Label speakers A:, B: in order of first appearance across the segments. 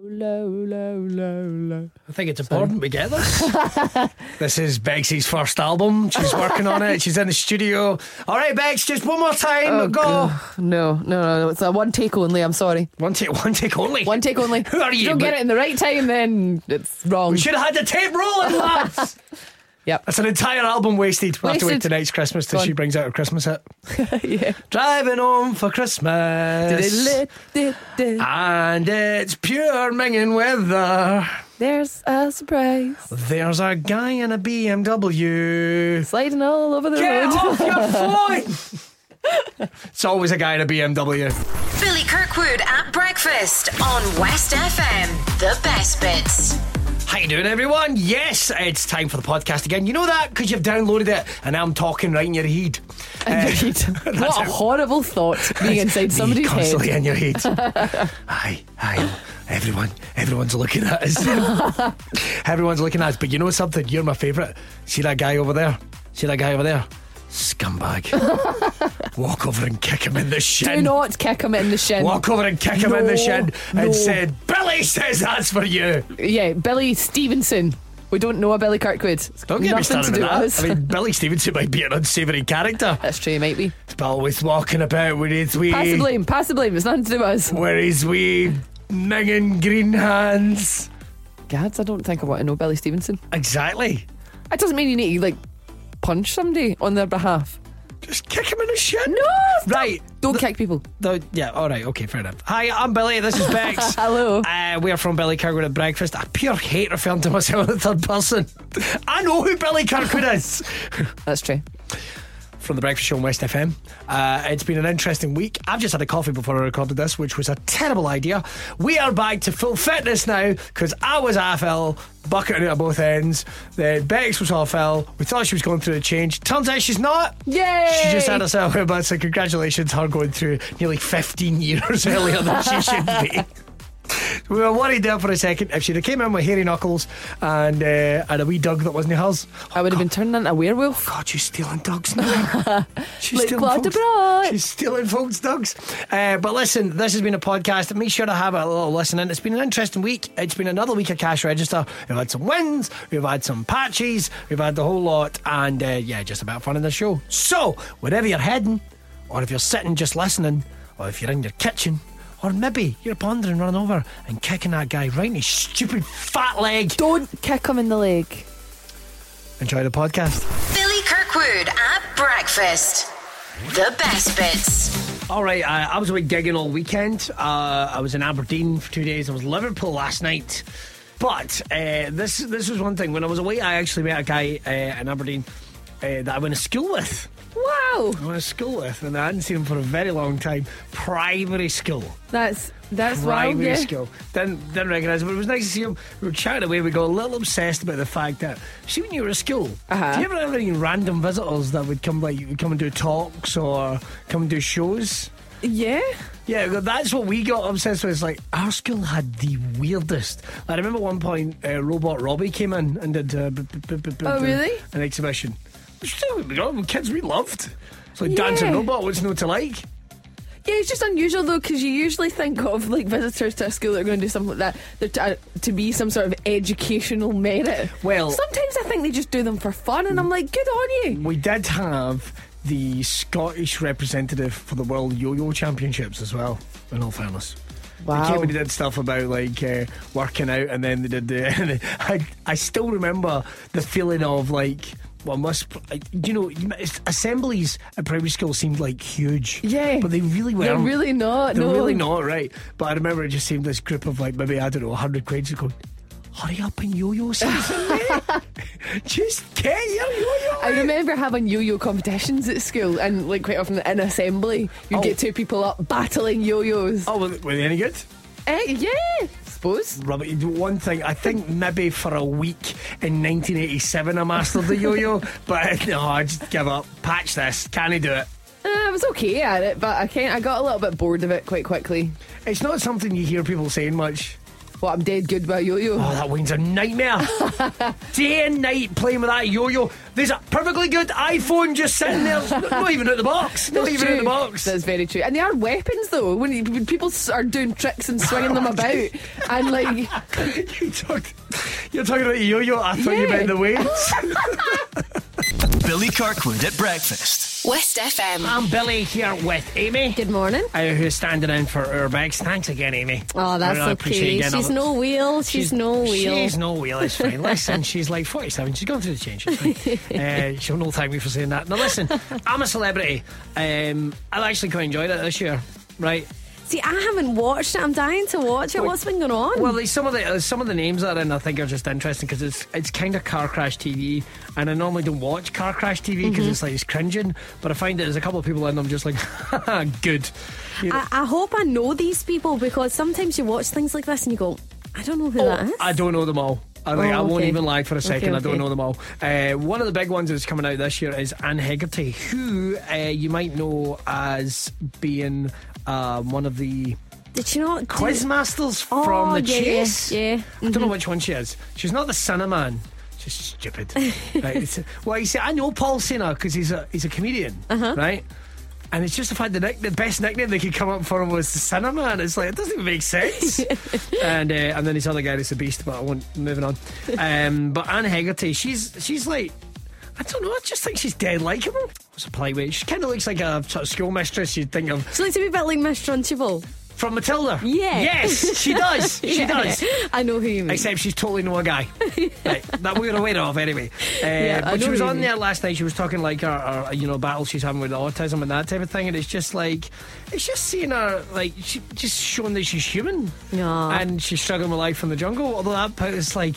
A: low, low, low, low.
B: I think it's important we get this. this is Bexy's first album. She's working on it. She's in the studio. All right, Bex, just one more time.
A: Oh,
B: go.
A: God. No, no, no, no. It's a one take only. I'm sorry.
B: One take, one take only.
A: One take only.
B: Who are
A: If
B: you,
A: don't
B: but-
A: get it in the right time, then it's wrong.
B: We should have had the tape rolling, lads.
A: Yep.
B: That's an entire album wasted. We'll have to wait
A: Wasted.
B: till next Christmas till
A: Gone.
B: she brings out her Christmas hit.
A: yeah.
B: Driving home for Christmas. Ah.
A: Diddle-diddle.
B: And it's pure minging weather.
A: There's a surprise
B: There's a guy in a BMW.
A: sliding all over the
B: Get
A: road.
B: off your phone! it's always a guy in a BMW.
C: Billy Kirkwood at breakfast on West FM. The best bits.
B: How you doing, everyone? Yes, it's time for the podcast again. You know that because you've downloaded it, and I'm talking right in your head. Eh,
A: Indeed.
B: that's
A: what a
B: it.
A: horrible thought being inside
B: Me
A: somebody's head.
B: constantly in your head. hi, hi, everyone, everyone's looking at us. everyone's looking at us. But you know something? You're my favourite. See that guy over there? See that guy over there? Scumbag. Walk over and kick him in the shin.
A: Do not kick him in the shin.
B: Walk over and kick him in the
A: No,
B: shin
A: no.
B: and said, Billy says that's for you.
A: Yeah, Billy Stevenson. We don't know a Billy Kirkwood. It's
B: Don't get
A: Nothing
B: me started
A: to do with
B: with that.
A: us.
B: I mean, Billy Stevenson might be an unsavoury character,
A: That's true, might be.
B: but always walking about with his wee,
A: Pass the blame, pass the blame. It's nothing to do with us.
B: with his wee minging green hands.
A: Gads, I don't think I want to know Billy Stevenson.
B: Exactly.
A: It doesn't mean you need to, like, punch somebody on their behalf.
B: Just kick him in the shin.
A: No! stop.
B: Right.
A: Don't kick people.
B: No, yeah, all right, okay, fair enough. Hi, I'm Billy. This is Bex.
A: Hello.
B: Uh, we are from Billy Kirkwood at Breakfast. I pure hate referring to myself in the third person. I know who Billy Kirkwood is.
A: That's true.
B: from the Breakfast Show on West FM. Uh, it's been an interesting week. I've just had a coffee before I recorded this, which was a terrible idea. We are back to full fitness now because I was half ill, bucketing it at both ends. Then Bex was half ill. We thought she was going through a change. Turns out she's not.
A: Yay!
B: She just had herself a bit, so congratulations, her going through nearly 15 years earlier than she should be. We were worried there for a second if she'd have came in with hairy knuckles and uh, and a wee dog that wasn't hers.
A: I would have been turning into a werewolf.
B: God, she's stealing dogs now. she's
A: Look what I brought.
B: She's stealing folks' dogs. Uh, but listen, this has been a podcast. Make sure to have a little listen in. It's been an interesting week. It's been another week of cash register. We've had some wins, we've had some patches, we've had the whole lot, and uh, yeah, just about fun in the show. So, wherever you're heading, or if you're sitting just listening, or if you're in your kitchen, or maybe you're pondering running over and kicking that guy right in his stupid fat leg.
A: Don't kick him in the leg.
B: Enjoy the podcast.
C: Billy Kirkwood at breakfast. The best bits.
B: All right, uh, I, I was away gigging all weekend. Uh, I was in Aberdeen for two days. I was Liverpool last night. But uh, this this was one thing. When I was away, I actually met a guy uh, in Aberdeen uh, that I went to school with.
A: Wow.
B: I went to school with, and I hadn't seen him for a very long time. Primary school
A: That's that's wild,
B: primary
A: yeah.
B: school. Didn't, didn't recognise him, but it was nice to see him. We were chatting away. We got a little obsessed about the fact that, see, when you were at school,
A: Uh-huh.
B: do you ever have any random visitors that would come like would come and do talks or come and do shows?
A: Yeah.
B: Yeah, well, that's what we got obsessed with. It's like our school had the weirdest. I remember one point, uh, Robot Robbie came in and did uh, b- b- b- b- b-
A: Oh, really?
B: an exhibition. Which is what we got, kids we loved. It's like dancing
A: Yeah.
B: robot. What's not to like?
A: Yeah, it's just unusual though, because you usually think of like visitors to a school that are going to do something like that they're to, uh, to be some sort of educational merit.
B: Well-
A: sometimes I think they just do them for fun, and I'm like, good on you.
B: We did have the Scottish representative for the World Yo-Yo Championships as well. In all fairness, they came and they did stuff about like uh, working out, and then they did the. And I I still remember the feeling of like. Well, must I- you know you know, it's- assemblies at primary school seemed like huge,
A: Yeah.
B: but they really were.
A: They're really not.
B: They're
A: no.
B: really not right. But I remember it just seemed this group of like maybe I don't know hundred grades going, hurry up and yo-yo season, mate. just get your yo-yo.
A: I
B: out."
A: remember having yo-yo competitions at school, and like quite often in assembly, you'd
B: Oh.
A: get two people up battling yo-yos.
B: Oh, were they- were they any good?
A: Eh, yeah, suppose.
B: Robert, you do one thing, I think maybe for a week in 1987 I mastered the yo-yo, but no, I just give up. Patch this, can he do it?
A: Uh, I was okay at it, but I can't. I got a little bit bored of it quite quickly.
B: It's not something you hear people saying much.
A: Well, I'm dead good by yo-yo.
B: Oh, that wing's a nightmare. Day and night playing with that yo-yo. There's a perfectly good iPhone just sitting there, not even out the box, not
A: That's
B: even out the
A: true.
B: box.
A: That's very true. And they are weapons, though. When, you- when people s- are doing tricks and swinging them about, and like,
B: you talked, you're talking about yo-yo. I thought you
A: Yeah.
B: meant the wings.
D: Billy Kirkwood at breakfast.
C: West FM.
B: I'm Billy here with Amy.
E: Good morning.
B: Uh, who's standing in for Urbex? Thanks again, Amy.
E: Oh, that's
B: I really appreciate you
E: okay.
B: getting
E: She's
B: up.
E: no wheel. She's, no wheel.
B: She's no wheel. It's fine. Listen, she's like 47. She's gone through the change. It's fine. uh, she'll not thank me for saying that. Now, listen, I'm a celebrity. Um, I've actually quite enjoyed it this year, right?
E: See, I haven't watched it. I'm dying to watch it. What's been going on?
B: Well, like, some of the uh, some of the names that are in, I think, are just interesting because it's it's kind of car crash TV, and I normally don't watch car crash TV
E: Mm-hmm.
B: because it's like it's cringing. But I find that there's a couple of people in them just like, good. You know,
E: I, I hope I know these people because sometimes you watch things like this and you go, I don't know who
A: Oh,
E: that is.
B: I don't know them all. I, think,
E: Oh,
B: I won't
E: okay.
B: even lie for a
E: Okay,
B: second. I don't
E: okay.
B: know them all. Uh, one of the big ones that's coming out this year is Anne Hegarty, who uh, you might know as being um, one of the
E: Did you not? do-
B: Quizmasters
E: Oh,
B: from The
E: yeah, yeah,
B: Chase.
E: yeah. mm-hmm.
B: I don't know which one she is. She's not the Cinnamon. She's stupid. right, it's, well, you see, I know Paul Sinner because he's a he's a comedian,
E: Uh-huh.
B: right? And it's just the fact the, nick, the best nickname they could come up for him was the Cinnamon. It's like it doesn't even make sense. and uh, and then this other guy that's a beast, but I won't. Moving on. Um, but Anne Hegarty, she's she's like. I don't know. I just think she's dead likable. What's a polite way? She kind of looks like a sort of schoolmistress you'd think of
E: She looks a wee bit like Miss Trunchbull.
B: from Matilda.
E: Yeah.
B: Yes, she does. She does.
E: I know who you mean.
B: Except she's totally no a guy. Right, that we were aware of anyway. Uh,
E: Yeah, I
B: but she
E: know
B: was
E: what you
B: on
E: mean.
B: there last night. She was talking like her, her, you know, battle she's having with autism and that type of thing. And it's just like, it's just seeing her like she just showing that she's human.
E: Aw.
B: And she's struggling with life in the jungle. Although that part is like.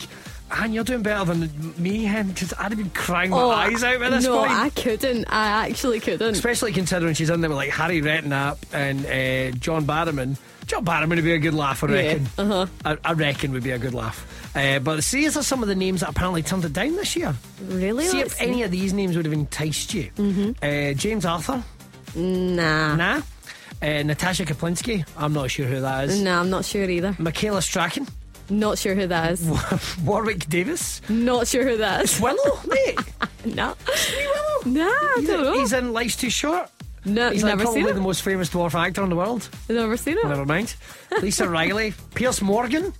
B: And you're doing better than me, hen, because I'd have been crying my
E: Oh,
B: eyes out by this
E: no,
B: point.
E: I couldn't. I actually couldn't.
B: Especially considering she's in there with like Harry Redknapp and uh, John Barrowman. John Barrowman would be a good laugh, I reckon. uh-huh. I, I reckon would be a good laugh. Uh, but see, these are some of the names that apparently turned it down this year.
E: Really? Mm-hmm.
B: See if
E: Let's-
B: any of these names would have enticed you. Uh, James Arthur,
E: nah. nah.
B: nah. Uh, Natasha Kaplinsky, I'm not sure who that is.
E: I'm not sure either.
B: Michaela Strachan,
E: Not sure who that is.
B: Warwick Davis,
E: Not sure who that is.
B: Willow, mate.
E: No.
B: Willow.
E: Nah, I
B: He's
E: don't
B: in-
E: know.
B: He's in Life's Too Short.
E: no,
B: He's like
E: never
B: probably
E: seen
B: the
E: it.
B: most famous dwarf actor in the world.
E: Never seen it.
B: Never mind. Lisa Riley, Pierce Morgan.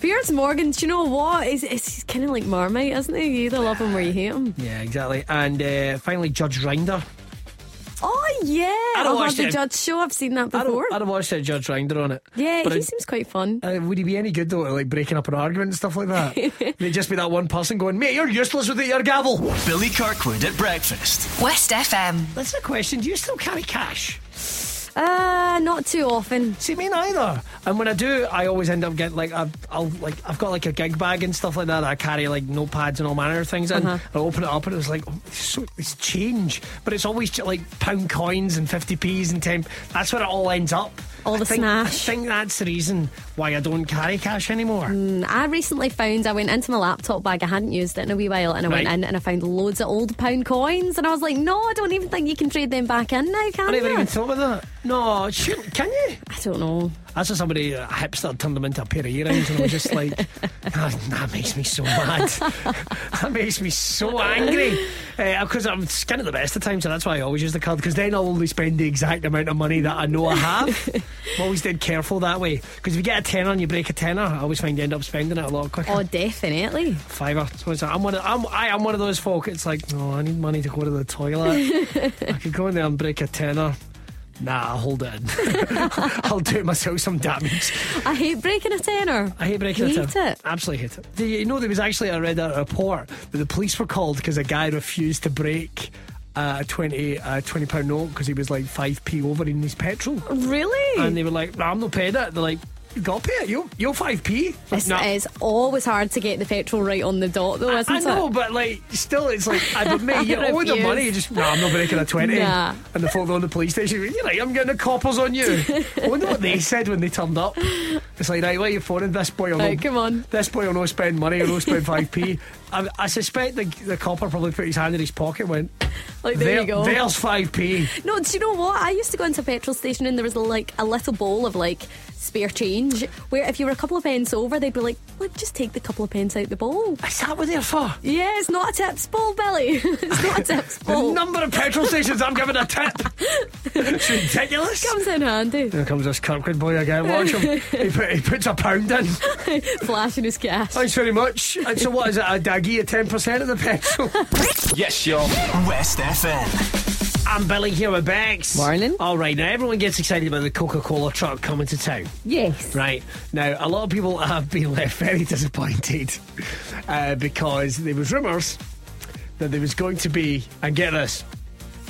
E: Piers Morgan, do you know what? He's, he's, he's kind of like Marmite, isn't he? You either love him or you hate him.
B: Yeah, exactly. And uh, finally, Judge Rinder.
E: Oh, yeah.
B: don't
E: Oh,
B: watch
E: the
B: it.
E: Judge Show. I've seen that
B: I
E: before.
B: don't, I don't watch that Judge Rinder on it.
E: yeah,
B: but
E: he
B: I-
E: seems quite fun.
B: uh, would he be any good though, at, like breaking up an argument and stuff like that? It'd just be that one person going, "Mate, you're useless without your gavel."
D: Billy Kirkwood at breakfast.
C: West FM.
B: That's the question. Do you still carry cash?
E: Uh, not too often.
B: See, me neither. And when I do, I always end up getting like I've, I'll like I've got like a gig bag and stuff like that. I carry like notepads and all manner of things in.
E: Uh-huh.
B: I open it up and it was like oh, it's so it's change, but it's always ju- like pound coins and fifty p's and ten. That's where it all ends up.
E: All
B: I
E: the
B: think, I
E: smash.
B: think that's the reason why I don't carry cash anymore.
E: And I recently found I went into my laptop bag. I hadn't used it in a wee while, and I went
B: Right.
E: in and I found loads of old pound coins, and I was like, "No, I don't even think you can trade them back in now,
B: I
E: can
B: never
E: you?"
B: even thought about that. No, surely, can you?
E: I don't know.
B: That's just somebody, a hipster, turned them into a pair of earrings, and I was just like, that, that makes me so mad. that makes me so angry. Because I'm skin at the best of times, so that's why I always use the card, because then I'll only spend the exact amount of money that I know I have. I'm always dead careful that way. Because if you get a tenner and you break a tenner, I always find you end up spending it a lot quicker.
E: Oh, definitely.
B: Fiver. So it's like, I'm one of, I'm, I am one of those folk, it's like, no, I need money to go to the toilet. I could go in there and break a tenner. Nah, I'll hold it in. I'll do myself some damage.
E: I hate breaking a tenner.
B: I hate breaking
E: Hate
B: the term.
E: it.
B: Absolutely hate it. Do you know there was actually I read a report that the police were called because a guy refused to break uh, a 20 uh, 20 pound note because he was like 5p over in his petrol
E: Really?
B: and they were like "No, I'm not paying it they're like you got to pay it you, you're 5p
E: It's,
B: "No."
E: it's always hard to get the petrol right on the dot, though, isn't
B: I know,
E: it?
B: but like, still, it's like, I but mate, you
E: I
B: owe the
E: refuse.
B: money. You just, no, I'm not breaking a twenty.
E: Nah.
B: And the phone on the police station. You're like, I'm getting the coppers on you. I wonder what they said when they turned up. It's like, right, why are you phoning this boy? will
E: Right,
B: not-
E: come on.
B: This boy will not spend money. He'll not spend five p. I, I suspect the, the copper probably put his hand in his pocket. and Went
E: Like there, you go.
B: There's five p.
E: No, do you know what? I used to go into a petrol station and there was like a little bowl of like spare change. Where if you were a couple of pence over, they'd be like, "Look, just take the couple of pence out the bowl."
B: Is that what they're for?
E: Yeah, it's not a tips bowl, Billy. it's not a tips
B: The
E: bowl.
B: number of petrol stations I'm giving a tip. It's ridiculous.
E: Comes in handy.
B: Here comes this Kirkwood boy again. Watch him. he, put, he puts a pound in.
E: Flashing his cash.
B: Thanks very much. And so, what is it? A daggy of 10% of the petrol?
F: Yes, y'all.
D: West FM.
B: I'm Billy here with Bex.
A: Morning.
B: All right, now everyone gets excited about the Coca Cola truck coming to town.
A: Yes.
B: Right. Now, a lot of people have been left very disappointed uh, because there was rumours that there was going to be, and get this,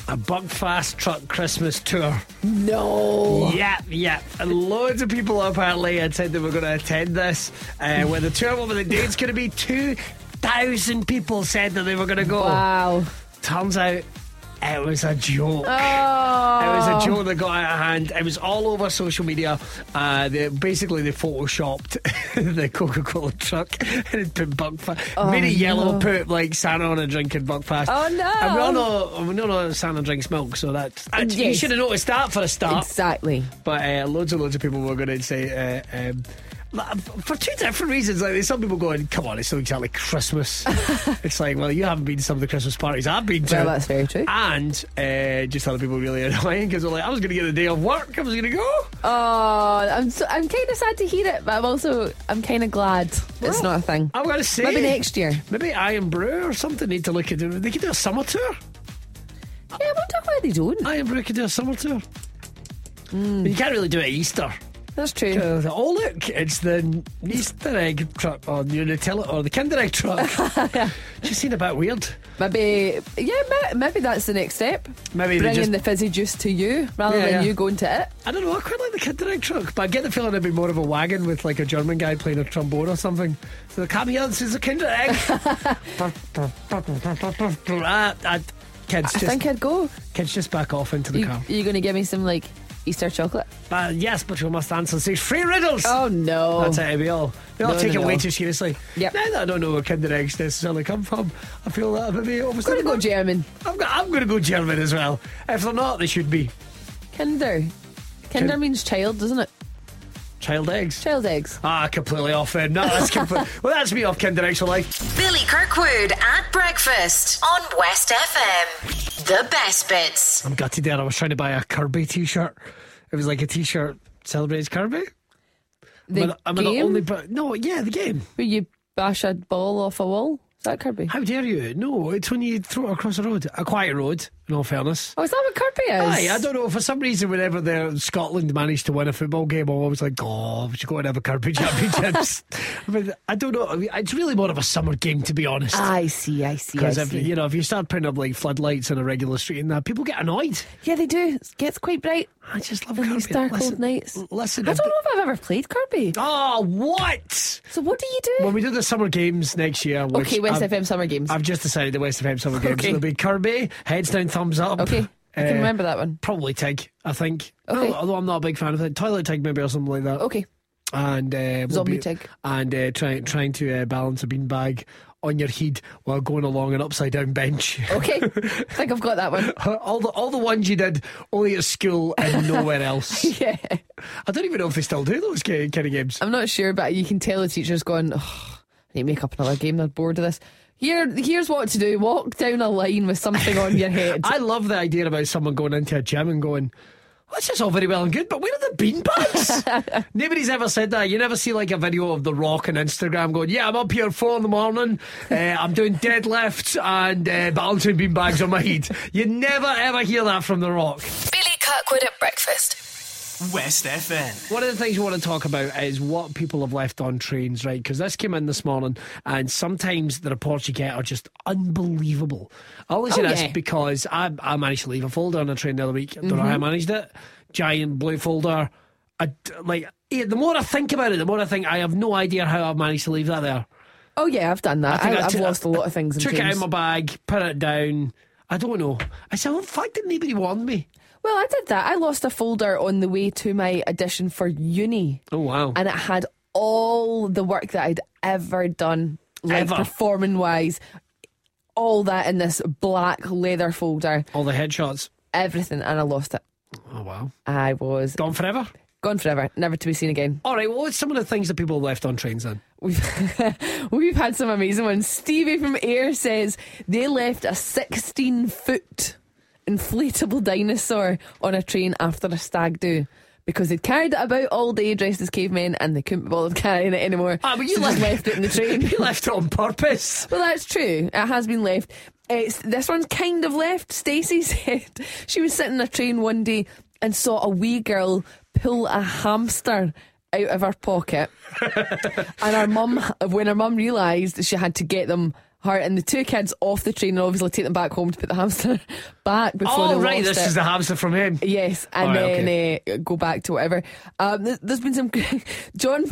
B: a Buckfast Truck Christmas tour.
A: No.
B: Yep, yep. And loads of people apparently had said they were going to attend this. Uh, where the tour over the date's going to be 2,000 people said that they were going to go.
A: Wow.
B: Turns out it was a joke. It
A: Oh.
B: was a joke that got out of hand. It was all over social media. Uh, they, basically, they photoshopped the Coca Cola truck and put Buckfast. made it yellow,
A: Oh, no.
B: put like Santa on a drink and Buckfast.
A: Oh, no.
B: And we all know, we all know that Santa drinks milk, so that's. that's- You
A: Yes.
B: should have noticed that for a start.
A: Exactly.
B: But uh, loads and loads of people were going to say, uh, um, like, for two different reasons. Like, there's some people going, "Come on, it's not exactly Christmas." it's like, well, you haven't been to some of the Christmas parties I've been to.
A: Well, that's very true.
B: And uh, just other people really annoying because they're like, "I was going to get the day off work. I was going to go."
A: Oh, I'm so, I'm kind of sad to hear it, but I'm also I'm kind of glad it's not a thing.
B: I'm going to say
A: Maybe next year.
B: Maybe Iron Brew or something need to look at. They could do a summer tour.
A: Yeah, we'll talk about they don't.
B: Iron Brew could do a summer tour.
A: Hmm.
B: But you can't really do it at Easter.
A: That's true.
B: Uh, the- oh look, it's the Easter egg truck or the Nutella or the Kinder egg truck. Just seemed a bit weird.
A: Maybe yeah, ma- maybe that's the next step.
B: Maybe they
A: bringing
B: just-
A: the fizzy juice to you rather
B: Yeah,
A: than
B: yeah.
A: you going to it.
B: I don't know. I quite like the Kinder egg truck, but I get the feeling it'd be more of a wagon with like a German guy playing a trombone or something. So the come here, this is a Kinder egg. Ah, ah, kids,
A: I
B: just,
A: think I'd go.
B: kids, just back off into the
A: You,
B: car.
A: are you going to give me some like Easter chocolate?
B: But yes, but you must answer these free riddles.
A: Oh no!
B: That's it, we all, we all
A: No,
B: take
A: no,
B: it way
A: no.
B: too seriously.
A: Yep.
B: Now that I don't know where Kinder eggs necessarily come from, I feel that I'm maybe almost
A: I'm going to go German.
B: I'm, go- I'm going to go German as well. If they're not, they should be
A: Kinder. Kinder means child, doesn't it?
B: child eggs.
A: Child eggs.
B: Ah, completely off then. No, that's complete. well, that's me off Kinder Eggs for life.
C: Billy Kirkwood at breakfast on West FM. The best bits.
B: I'm gutted there. I was trying to buy a Kirby T-shirt. It was like a T-shirt celebrates Kirby.
A: The
B: But I'm
A: game
B: the only. per- no, yeah, the game.
A: where you bash a ball off a wall. Is that Kirby?
B: How dare you? No, it's when you throw it across a road, a quiet road. In all fairness.
A: Oh, is that what Kirby is?
B: Aye, I don't know. For some reason, whenever the Scotland managed to win a football game, I'm always like, "Oh, we should go and have a Kirby championships." I mean, I don't know. I mean, it's really more of a summer game, to be honest.
A: I see. I see. I
B: Because if
A: see.
B: you know, if you start putting up like floodlights on a regular street and that, people get annoyed.
A: Yeah, they do. It gets quite bright.
B: I just love
A: On
B: Kirby.
A: these dark
B: listen,
A: old nights.
B: Listen,
A: I
B: if
A: don't
B: the-
A: know if I've ever played Kirby.
B: Oh, what?
A: So what do you do?
B: When we do the summer games next year, which
A: okay, West
B: I've,
A: FM Summer Games.
B: I've just decided the West FM summer games
A: Okay.
B: will be Kirby, heads down, thumbs up.
A: okay, I
B: Uh,
A: can remember that one.
B: Probably Tig, I think.
A: Okay.
B: Although I'm not a big fan of it. Toilet Tig, maybe, or something like that.
A: Okay,
B: and uh, we'll
A: Zombie
B: be-
A: Tig.
B: and uh, trying trying to uh, balance a beanbag on your head while going along an upside down bench.
A: okay. I think I've got that one.
B: all the all the ones you did only at school and nowhere else.
A: Yeah, Um,
B: I don't even know if they still do those ki- kind of games.
A: I'm not sure, but you can tell the teacher's gone. Oh, I need to make up another game. They're bored of this. Here, here's what to do: walk down a line with something on your head.
B: I love the idea about someone going into a gym and going. "Well, This is all very well and good, but where are the beanbags? Nobody's ever said that. You never see like a video of The Rock on Instagram going, "Yeah, I'm up here at four in the morning. Uh, I'm doing deadlifts and uh, balancing beanbags on my head." You never ever hear that from The Rock.
G: Billy Kirkwood at breakfast.
D: West FM.
B: One of the things we want to talk about is what people have left on trains, right? Because this came in this morning, and sometimes the reports you get are just unbelievable. I only say
A: Oh,
B: this
A: yeah.
B: because I, I managed to leave a folder on a train the other week. Don't
A: Mm-hmm.
B: know how I managed it. Giant blue folder. I d like yeah, the more I think about it, the more I think I have no idea how I've managed to leave that there.
A: oh yeah, I've done that. I
B: think
A: I,
B: I
A: I've
B: took-
A: lost a lot of things. In
B: Took it out
A: trains.
B: of my bag, put it down. I don't know. I said, well, the fact that nobody warned me.
A: Well, I did that. I lost a folder on the way to my audition for uni.
B: Oh wow!
A: and it had all the work that I'd ever done, like
B: Ever.
A: performing wise, all that in this black leather folder,
B: All the headshots.
A: everything, and I lost it.
B: Oh wow!
A: I was
B: Gone forever.
A: Gone forever, never to be seen again.
B: All right, well, what's some of the things that people left on trains then?
A: We've we've had some amazing ones. Stevie from Air says they left a 16 foot inflatable dinosaur on a train after a stag do. Because they'd carried it about all day dressed as cavemen and they couldn't be bothered carrying it anymore.
B: Ah, but you
A: so just
B: left-
A: left it in the train.
B: You left it on purpose.
A: Well, that's true. It has been left. It's, this one's kind of left. Stacey said she was sitting in a train one day and saw a wee girl pull a hamster out of her pocket. and her mum, when her mum realised that she had to get them, her and the two kids off the train and obviously take them back home to put the hamster back before
B: All
A: they
B: Oh, right,
A: lost
B: this
A: it.
B: is the hamster from him.
A: Yes, and
B: All right,
A: then uh, go back to whatever. Um, th- there's been some. John.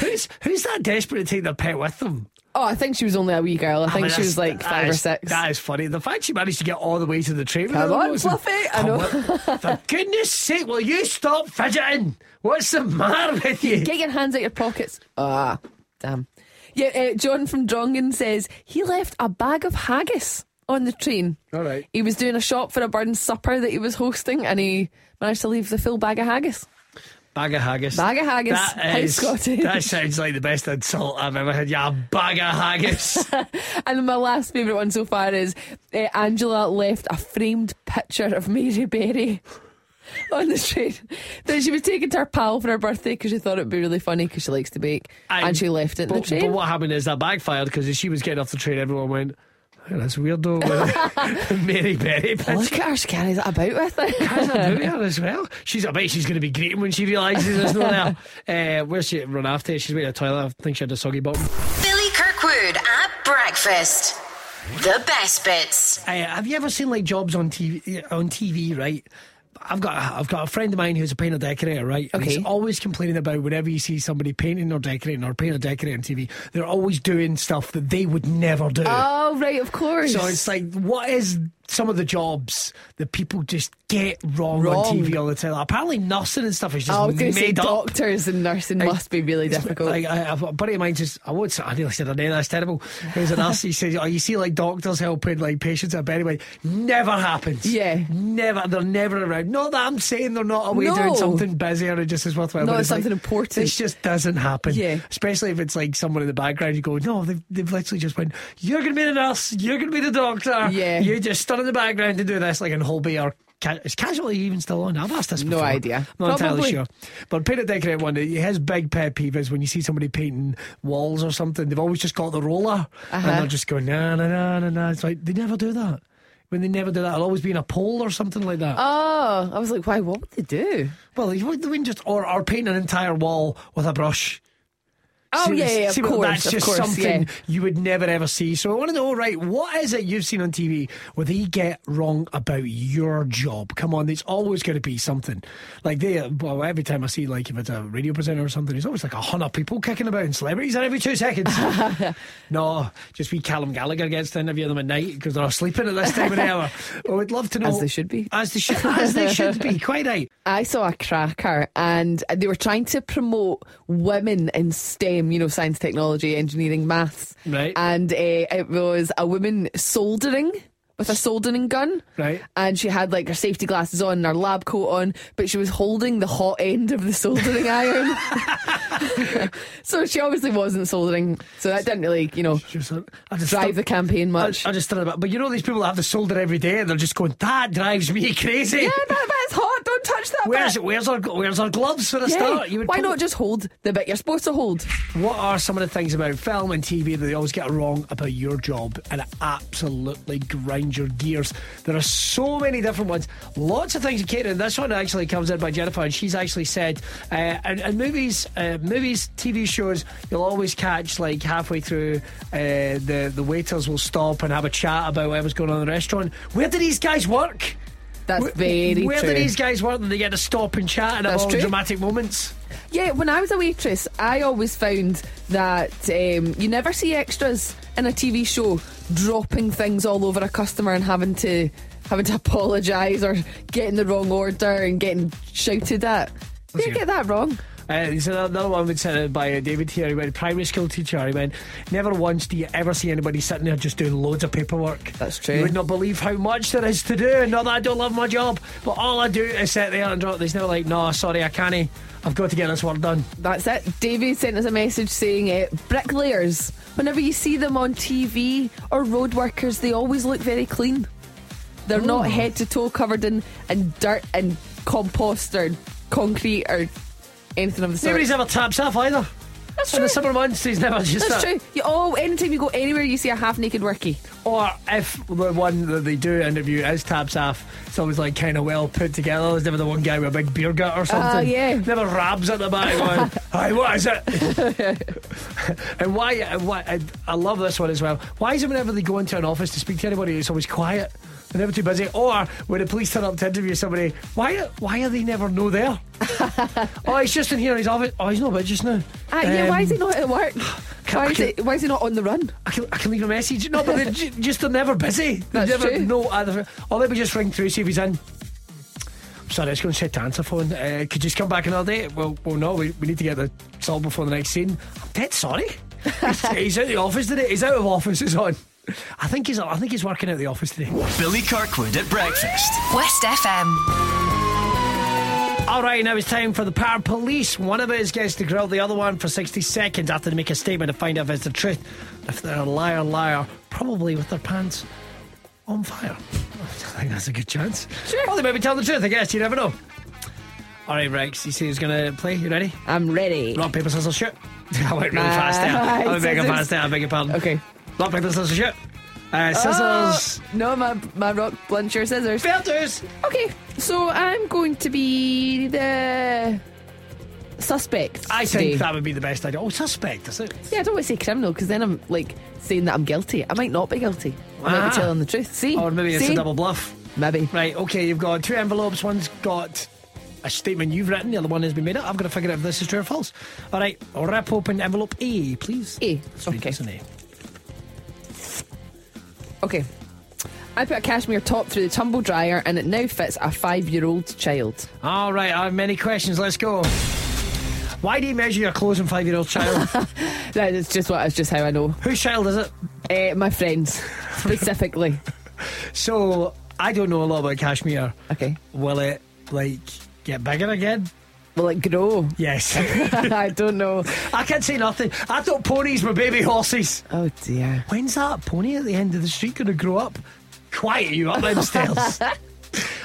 B: Who's who's that desperate to take their pet with them?
A: Oh, I think she was only a wee girl. I think
B: mean,
A: she was
B: Ah, that's-
A: like
B: that
A: five or
B: is-
A: six.
B: That is funny. The fact she managed to get all the way to the train. with
A: Come
B: her
A: on,
B: was-
A: Fluffy, I
B: Come
A: know.
B: on. For goodness sake, will you stop fidgeting? What's the matter with you?
A: Get your hands out your pockets. Ah, damn. Yeah, uh, John from Drongan says he left a bag of haggis on the train.
B: All right.
A: He was doing a shop for a bird and supper that he was hosting, and he managed to leave the full bag of haggis.
B: Bag of haggis.
A: Bag of haggis. Hi,
B: That is.
A: Scotty.
B: That sounds like the best insult I've ever had. Yeah, bag of haggis.
A: And then my last favourite one so far is uh, Angela left a framed picture of Mary Berry on the train that she was taking to her pal for her birthday because she thought it would be really funny because she likes to bake, and she left it in
B: but,
A: the train.
B: But what happened is that backfired because as she was getting off the train, everyone went, "Hey, "That's weirdo." with a Mary Berry.
A: Look
B: picture."
A: at her, she carries it about with her.
B: Has a movie on as well. She's I bet she's going to be greeting when she realises there's no there. Uh, where's she run after? She's waiting at the toilet. I think she had a soggy bottom.
C: Billy Kirkwood at breakfast. The best bits.
B: Uh, have you ever seen like jobs on TV? On TV, right? I've got a, I've got a friend of mine who's a painter decorator, right? And he's
A: Okay.
B: always complaining about whenever you see somebody painting or decorating or painter decorating on TV, they're always doing stuff that they would never do.
A: Oh, right, of course.
B: So it's like, what is some of the jobs that people just get wrong, on
A: Wrong.
B: TV all the time? Apparently, nursing and stuff is just
A: I was going to say
B: made up.
A: doctors and nursing must be really difficult.
B: Like, I, I've got a buddy of mine just, I won't say, I nearly said her name, that's terrible. Who's an arse, he says, oh, you see like doctors helping like patients at bed anyway. Never happens.
A: Yeah.
B: Never, they're never around. Not that I'm saying they're not away doing
A: No.
B: something busier and just as worthwhile.
A: No,
B: but
A: it's something
B: like,
A: important.
B: This just doesn't happen.
A: Yeah.
B: Especially if it's like someone in the background, you go, no, they've, they've literally just went, you're going to be the nurse, you're going to be the doctor.
A: Yeah.
B: You just stood in the background to do this like in Holby or. Ca- Is casually even still on? I've asked this
A: No
B: before.
A: idea.
B: Not entirely
A: Probably.
B: sure. But paint a decorate one. His big pet peeve is when you see somebody painting walls or something. They've always just got the roller
A: Uh-huh.
B: and they're just going na na na na na. It's like they never do that. When they never do that, it'll always be in a pole or something like that.
A: oh, I was like, why? What would they do?
B: well, you wouldn't they wouldn't just or, or paint an entire wall with a brush.
A: Oh,
B: See,
A: yeah, yeah, of
B: see, well,
A: course.
B: That's
A: of
B: just
A: course,
B: something
A: yeah.
B: you would never ever see. So I want to know, right? What is it you've seen on TV where they get wrong about your job? Come on, it's always going to be something. Like they, well, every time I see like if it's a radio presenter or something, it's always like a hundred people kicking about and celebrities are every two seconds. no, just we Callum Gallagher gets to interview them at night because they're sleeping at this time of the hour. I would love to know
A: As they should be.
B: as they should, as they should be. Quite right.
A: I saw a cracker and they were trying to promote women in STEM, you know, science, technology, engineering, maths.
B: Right.
A: And uh, it was a woman soldering with a soldering gun.
B: Right.
A: And she had like her safety glasses on and her lab coat on, but she was holding the hot end of the soldering iron. so she obviously wasn't soldering. So that didn't really, you know,
B: Just, uh, I just
A: drive
B: thought-
A: the campaign much.
B: I, I just don't know. But you know, these people that have the solder every day, and they're just going, that drives me crazy.
A: yeah, that bit's hot. Don't touch that
B: Where's,
A: bit.
B: where's, our, where's our gloves for a
A: Yeah.
B: start?
A: Why
B: put-
A: not just hold the bit you're supposed to hold?
B: What are some of the things about film and TV that they always get wrong about your job and it absolutely grind your gears? There are so many different ones. Lots of things in catering. This one actually comes in by Jennifer, and she's actually said, uh, and, and movies, uh, movies, TV shows, you'll always catch like halfway through, uh, the the waiters will stop and have a chat about whatever's going on in the restaurant. Where do these guys work?
A: That's
B: Where-
A: very
B: Where
A: true.
B: do these guys work? that They get to stop and chat and have
A: That's
B: all
A: true.
B: dramatic moments.
A: Yeah, when I was a waitress, I always found that um, you never see extras in a TV show dropping things all over a customer and having to having to apologise or getting the wrong order and getting shouted at. They
B: your-
A: get that wrong.
B: Uh, there's another another one was said by uh, David here. He went, primary school teacher. He went, never once do you ever see anybody sitting there just doing loads of paperwork.
A: That's true.
B: You would not believe how much there is to do. Not that I don't love my job, but all I do is sit there and drop. There's never like, no, sorry, I can't. I've got to get this work done.
A: That's it. Davey sent us a message saying uh, bricklayers. Whenever you see them on TV or road workers, they always look very clean. They're not head to toe covered in, in dirt and compost or concrete or anything of the sort.
B: Nobody's ever tapped off either.
A: That's
B: In
A: true.
B: the summer months, there's never just
A: That's
B: that.
A: true. You, oh, anytime you go anywhere, you see a half naked workie.
B: Or Oh, if the one that they do interview is Tab Saf, it's always like kind of well put together. There's never the one guy with a big beer gut or something.
A: Ah, yeah.
B: Never rabs at the back. going, Hey, what is it? and why? and why I, I love this one as well. Why is it whenever they go into an office to speak to anybody, it's always quiet? They're never too busy. Or when the police turn up to interview somebody, why? uh, Why are they never no there? oh, he's just in here in his office. Oh, he's not about just now.
A: Ah, yeah, why is
B: Um,
A: he not at work?
B: can-
A: Why is,
B: can-
A: it, why is he not on the run?
B: I can, I can leave a message. No, but they're ju- just they're never busy. They
A: That's
B: never
A: true.
B: know either. Or maybe just ring through, see if he's in. I'm sorry, it's going to set to answer phone. Uh, could you just come back another day? Well, well, no, we, we need to get the solved before the next scene. I'm dead sorry. he's, he's out of the office today. He's out of office. He's on. I think he's. I think he's working out of the office today.
D: Billy Kirkwood at breakfast.
G: West FM.
B: All right, now it's time for the power police. One of us gets to grill the other one for 60 seconds after they make a statement to find out if it's the truth. If they're a liar, liar, probably with their pants on fire. I think that's a good chance. Sure. Or they maybe tell the truth, I guess. You never know. All right, Rex, you see who's going to play? You ready?
A: I'm ready.
B: Rock, paper, scissors, shoot. I went really fast there. I went mega
A: Scissors.
B: fast there. I beg your pardon.
A: Ah, Okay. Oh.
B: Rock, paper, scissors, shoot. Uh, scissors.
A: No, my, my rock, blunt, your scissors.
B: Filters.
A: Okay, so I'm going to be the suspect.
B: I
A: today.
B: think that would be the best idea. Oh, suspect, is it?
A: Yeah, I don't want to say criminal because then I'm like saying that I'm guilty. I might not be guilty. I might
B: Ah.
A: be telling the truth. See?
B: Or maybe it's
A: See?
B: a double bluff.
A: Maybe.
B: Right, okay, you've got two envelopes. One's got a statement you've written, the other one has been made up. I've got to figure out if this is true or false. All right, wrap open envelope A, please.
A: A,
B: Let's read
A: okay.
B: this in A.
A: Okay. I put a cashmere top through the tumble dryer and it now fits a five year old child.
B: All right, I have many questions. Let's go. Why do you measure your clothes in five year old child?
A: That is just what, that's just how I know.
B: Whose child is it?
A: Eh, my friends, specifically.
B: So, I don't know a lot about cashmere.
A: Okay.
B: Will it, like, get bigger again?
A: Will it grow?
B: Yes.
A: I don't know.
B: I can't say nothing. I thought ponies were baby horses.
A: Oh dear.
B: When's that pony at the end of the street going to grow up? Quiet you up them stairs.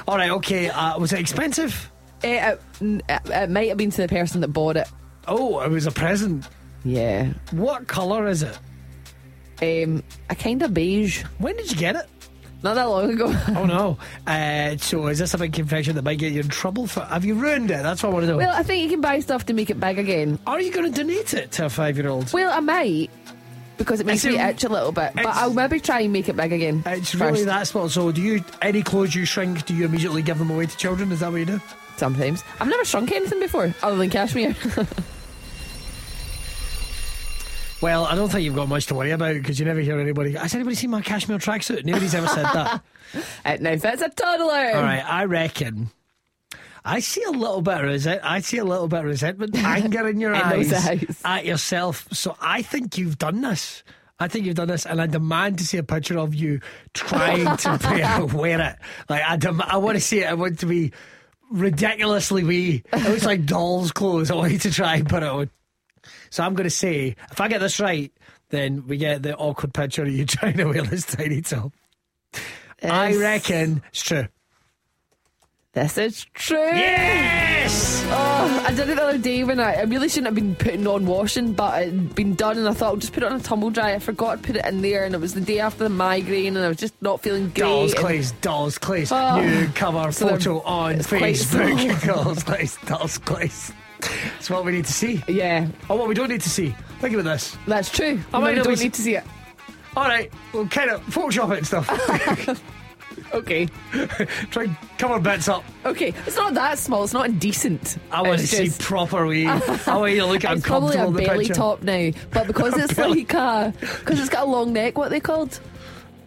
B: All right, okay. Uh, was it expensive?
A: Eh, it, it, it might have been to the person that bought it.
B: Oh, it was a present.
A: Yeah.
B: What colour is it?
A: Um, a kind of beige.
B: When did you get it?
A: Not that long ago.
B: Oh no. Uh, so is this a big confession that might get you in trouble for? Have you ruined it? That's what I want to know.
A: Well, I think you can buy stuff to make it big again.
B: Are you going to donate it to a five-year-old?
A: Well, I might because it makes
B: It's
A: me
B: a-
A: itch a little bit, but
B: it's-
A: I'll maybe try and make it big again.
B: it's
A: first,
B: really that spot. So do you? Any clothes you shrink, do you immediately give them away to children? Is that what you do?
A: sometimes. I've never shrunk anything before, other than cashmere.
B: Well, I don't think you've got much to worry about because you never hear anybody. Has anybody seen my cashmere tracksuit? Nobody's ever said that.
A: it now fits a toddler.
B: All right, I reckon. I see a little bit of resent. I see a little bit of resentment, anger in your
A: In
B: eyes,
A: those eyes.
B: at yourself. So I think you've done this. I think you've done this, and I demand to see a picture of you trying to wear, wear it. Like I, dem- I want to see it. I want it to be ridiculously wee. It looks like doll's clothes. I want you to try and put it on. So I'm going to say, if I get this right, then we get the awkward picture of you trying to wear this tiny top. I
A: Yes.
B: reckon it's true.
A: This is true.
B: Yes!
A: Oh, I did it the other day when I, I really shouldn't have been putting on washing, but it'd been done, and I thought I'll just put it on a tumble dryer. I forgot to put it in there, and it was the day after the migraine, and I was just not feeling great.
B: Dolls
A: and-
B: Clays, Dolls Clays.
A: Oh.
B: New cover
A: So they're-
B: photo on
A: it's quite
B: Facebook. Dolls Clays, Dolls Clays. It's what we need to see.
A: yeah,
B: Or what we don't need to see. Think about this.
A: that's true.
B: I
A: I
B: might
A: don't
B: always-
A: need to see it.
B: All right, we'll kind of Photoshop it and stuff.
A: Okay.
B: Try and cover bits up.
A: Okay, it's not that small. It's not indecent.
B: I want to
A: It's
B: see
A: just-
B: proper wee. I want you to look
A: It's probably
B: uncomfortable
A: a
B: in the
A: belly
B: picture.
A: top now, but because it's
B: belly-
A: like a because it's got a long neck. What are they called?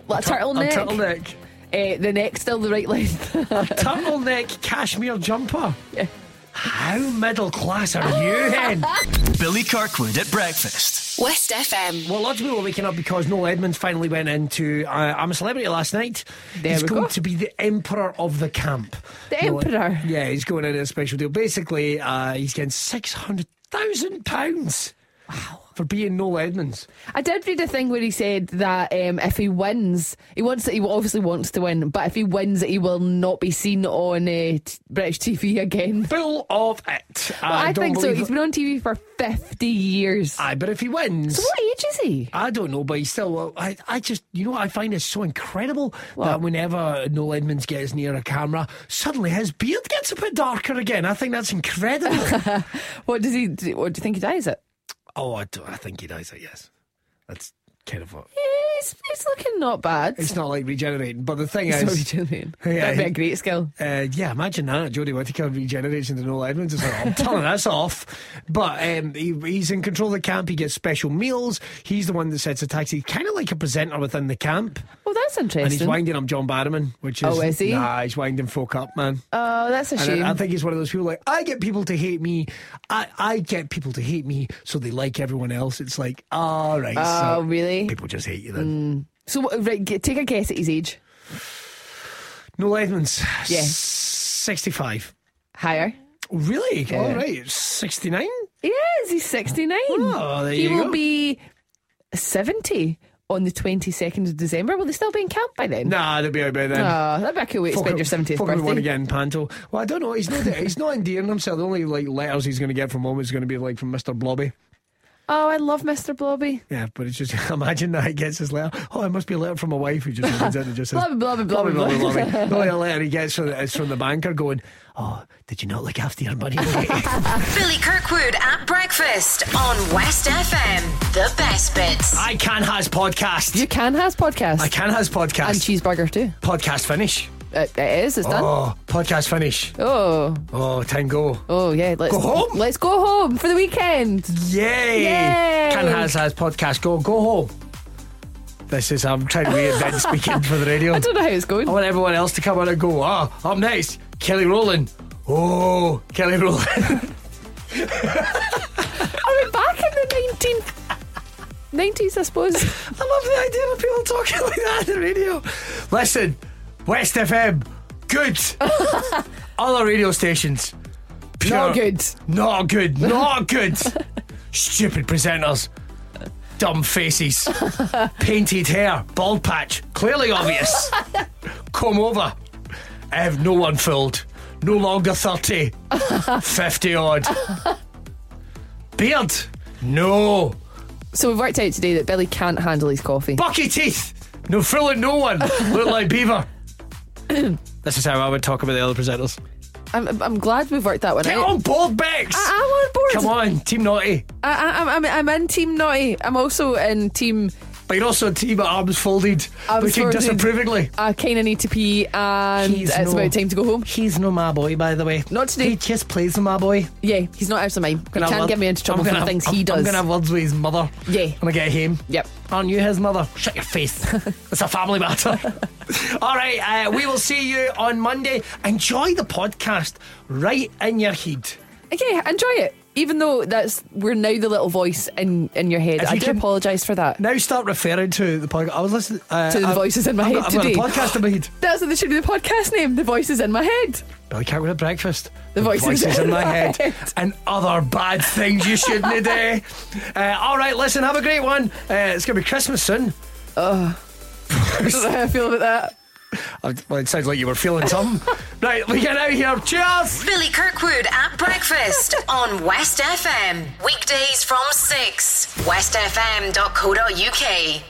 A: Like a, turtleneck.
B: A turtleneck.
A: Eh, the neck's still the right length.
B: turtleneck cashmere jumper.
A: Yeah.
B: How middle class are you then?
D: Billy Kirkwood at breakfast.
G: West FM.
B: Well, lots of people are waking up because Noel Edmonds finally went into uh, I'm a Celebrity last night.
A: There
B: he's
A: we
B: going
A: go.
B: to be the emperor of the camp.
A: The emperor?
B: Yeah, he's going in a special deal. Basically, uh, he's getting six hundred thousand pounds. Wow. For being Noel Edmonds.
A: I did read a thing where he said that um, if he wins, he wants that he obviously wants to win, but if he wins, he will not be seen on uh, t- British TV again.
B: Full of it.
A: I,
B: don't
A: think so.
B: believe
A: He's
B: it.
A: been on TV for fifty years.
B: Aye, but if he wins.
A: so what age is he?
B: I don't know, but he's still. uh, I, I just, you know, what I find is so incredible that whenever Noel Edmonds gets near a camera, suddenly his beard gets a bit darker again. I think that's incredible.
A: What does he? do- What do you think he dies at?
B: oh, I, do, I think he dies. It yes, that's kind of. what-
A: It's, it's looking not bad.
B: It's not like regenerating, but the thing
A: Sorry,
B: is,
A: Julian.
B: Yeah,
A: That'd be
B: he-
A: a great skill.
B: uh, yeah, imagine that Jodie Whittaker regenerates into Noel Edmonds. It's like, I'm telling us off, but um, he, he's in control of the camp. He gets special meals. He's the one that sets a taxi, kind of like a presenter within the camp.
A: Well, Oh, that's
B: And he's
A: interesting.
B: winding up John Barrowman, which is
A: Oh, is he?
B: Nah, he's winding folk up, man.
A: oh, that's a shame.
B: And I, I think he's one of those people like I get people to hate me. I, I get people to hate me, so they like everyone else. It's like all right,
A: oh,
B: so
A: really?
B: people just hate you then.
A: So, what- right, g- take a guess at his age.
B: Noel Edmonds,
A: Yeah.
B: sixty-five.
A: Higher.
B: Really? All
A: Yeah.
B: right, sixty-nine.
A: He is. He's 69.
B: Oh, there
A: he
B: you
A: will
B: go.
A: be 70 on the 22nd of December. Will they still be in camp by then?
B: Nah, they'll be out by then.
A: Oh, that'd be a cool way to spend your 70th
B: fuck everyone
A: birthday.
B: again, Panto. Well, I don't know. He's not. he's not endearing himself. The only like letters he's going to get from home is going to be like from Mister Blobby.
A: Oh, I love Mr. Blobby.
B: Yeah, but it's just imagine that he gets his letter. Oh, it must be a letter from a wife who just opens it and just says
A: Blobby, blobby, blobby,
B: blobby,
A: blobby.
B: blobby. The only letter he gets from is from the banker going, "Oh, did you not look after your money?"
C: Billy Kirkwood at breakfast on West FM. The best bits.
B: I can has podcast.
A: You can has podcast.
B: I can has podcast.
A: And cheeseburger too.
B: podcast finish.
A: It, Uh, it is. It's done.
B: Oh, podcast finish.
A: Oh,
B: Oh, time go.
A: oh yeah. Let's
B: Go home.
A: Let's go home for the weekend.
B: Yay!
A: Yay.
B: Can has has podcast. Go go home. This is I'm trying to reinvent speaking for the radio.
A: I don't know how it's going.
B: I want everyone else to come out and go, ah, up next, Kelly Rowland. Oh, Kelly Rowland.
A: Are we back in the 19... 90s, I suppose?
B: I love the idea of people talking like that on the radio. Listen, West FM, good. Other radio stations, pure,
A: Not good.
B: Not good. Not good. Stupid presenters. Dumb faces. Painted hair. Bald patch. Clearly obvious. Comb over. I have no one fooled. No longer 30. 50 odd. Beard. No.
A: So we've worked out today that Billy can't handle his coffee.
B: Bucky teeth. No fooling no one. Look like beaver. this is how I would talk about the other presenters.
A: I'm, I'm glad we've worked that one
B: Get
A: out.
B: on board, Bex.
A: I, I'm on board.
B: Come on, Team Naughty.
A: I, I, I'm- I'm, I'm in Team Naughty. I'm also in Team.
B: But you're also a team at arms folded,
A: Arms
B: looking
A: folded.
B: disapprovingly.
A: I kind of uh, need to pee, and it's about time to go home.
B: He's no my boy, by the way.
A: Not today. He
B: just plays my boy.
A: Yeah, he's not out of mind. He can't get me into trouble for the things he does.
B: I'm going to have words with his mother.
A: Yeah.
B: When I get home.
A: Yep.
B: Aren't you his mother? Shut your face. it's a family matter. All right, uh, we will see you on Monday. Enjoy the podcast right in your head.
A: Okay, enjoy it. Even though that's we're now the little voice in in your head.
B: If
A: I
B: you
A: do
B: can-
A: apologise for that.
B: Now start referring to the podcast. I was listening uh,
A: To the
B: I've-
A: voices in my
B: I've
A: head
B: got- I've got a
A: today.
B: podcast in my head.
A: That's what they should be the podcast name. The voices in my head.
B: Billy can't go to breakfast.
A: The voices
B: in my
A: in my
B: head.
A: head.
B: and other bad things you shouldn't do. Uh, all right, listen, have a great one. Uh, it's going to be Christmas soon.
A: I don't know how I feel about that.
B: Uh, Well, it sounds like you were feeling something. right, we get out of here. Cheers.
C: Billy Kirkwood at breakfast on West FM. Weekdays from 6. WestFM.co.uk.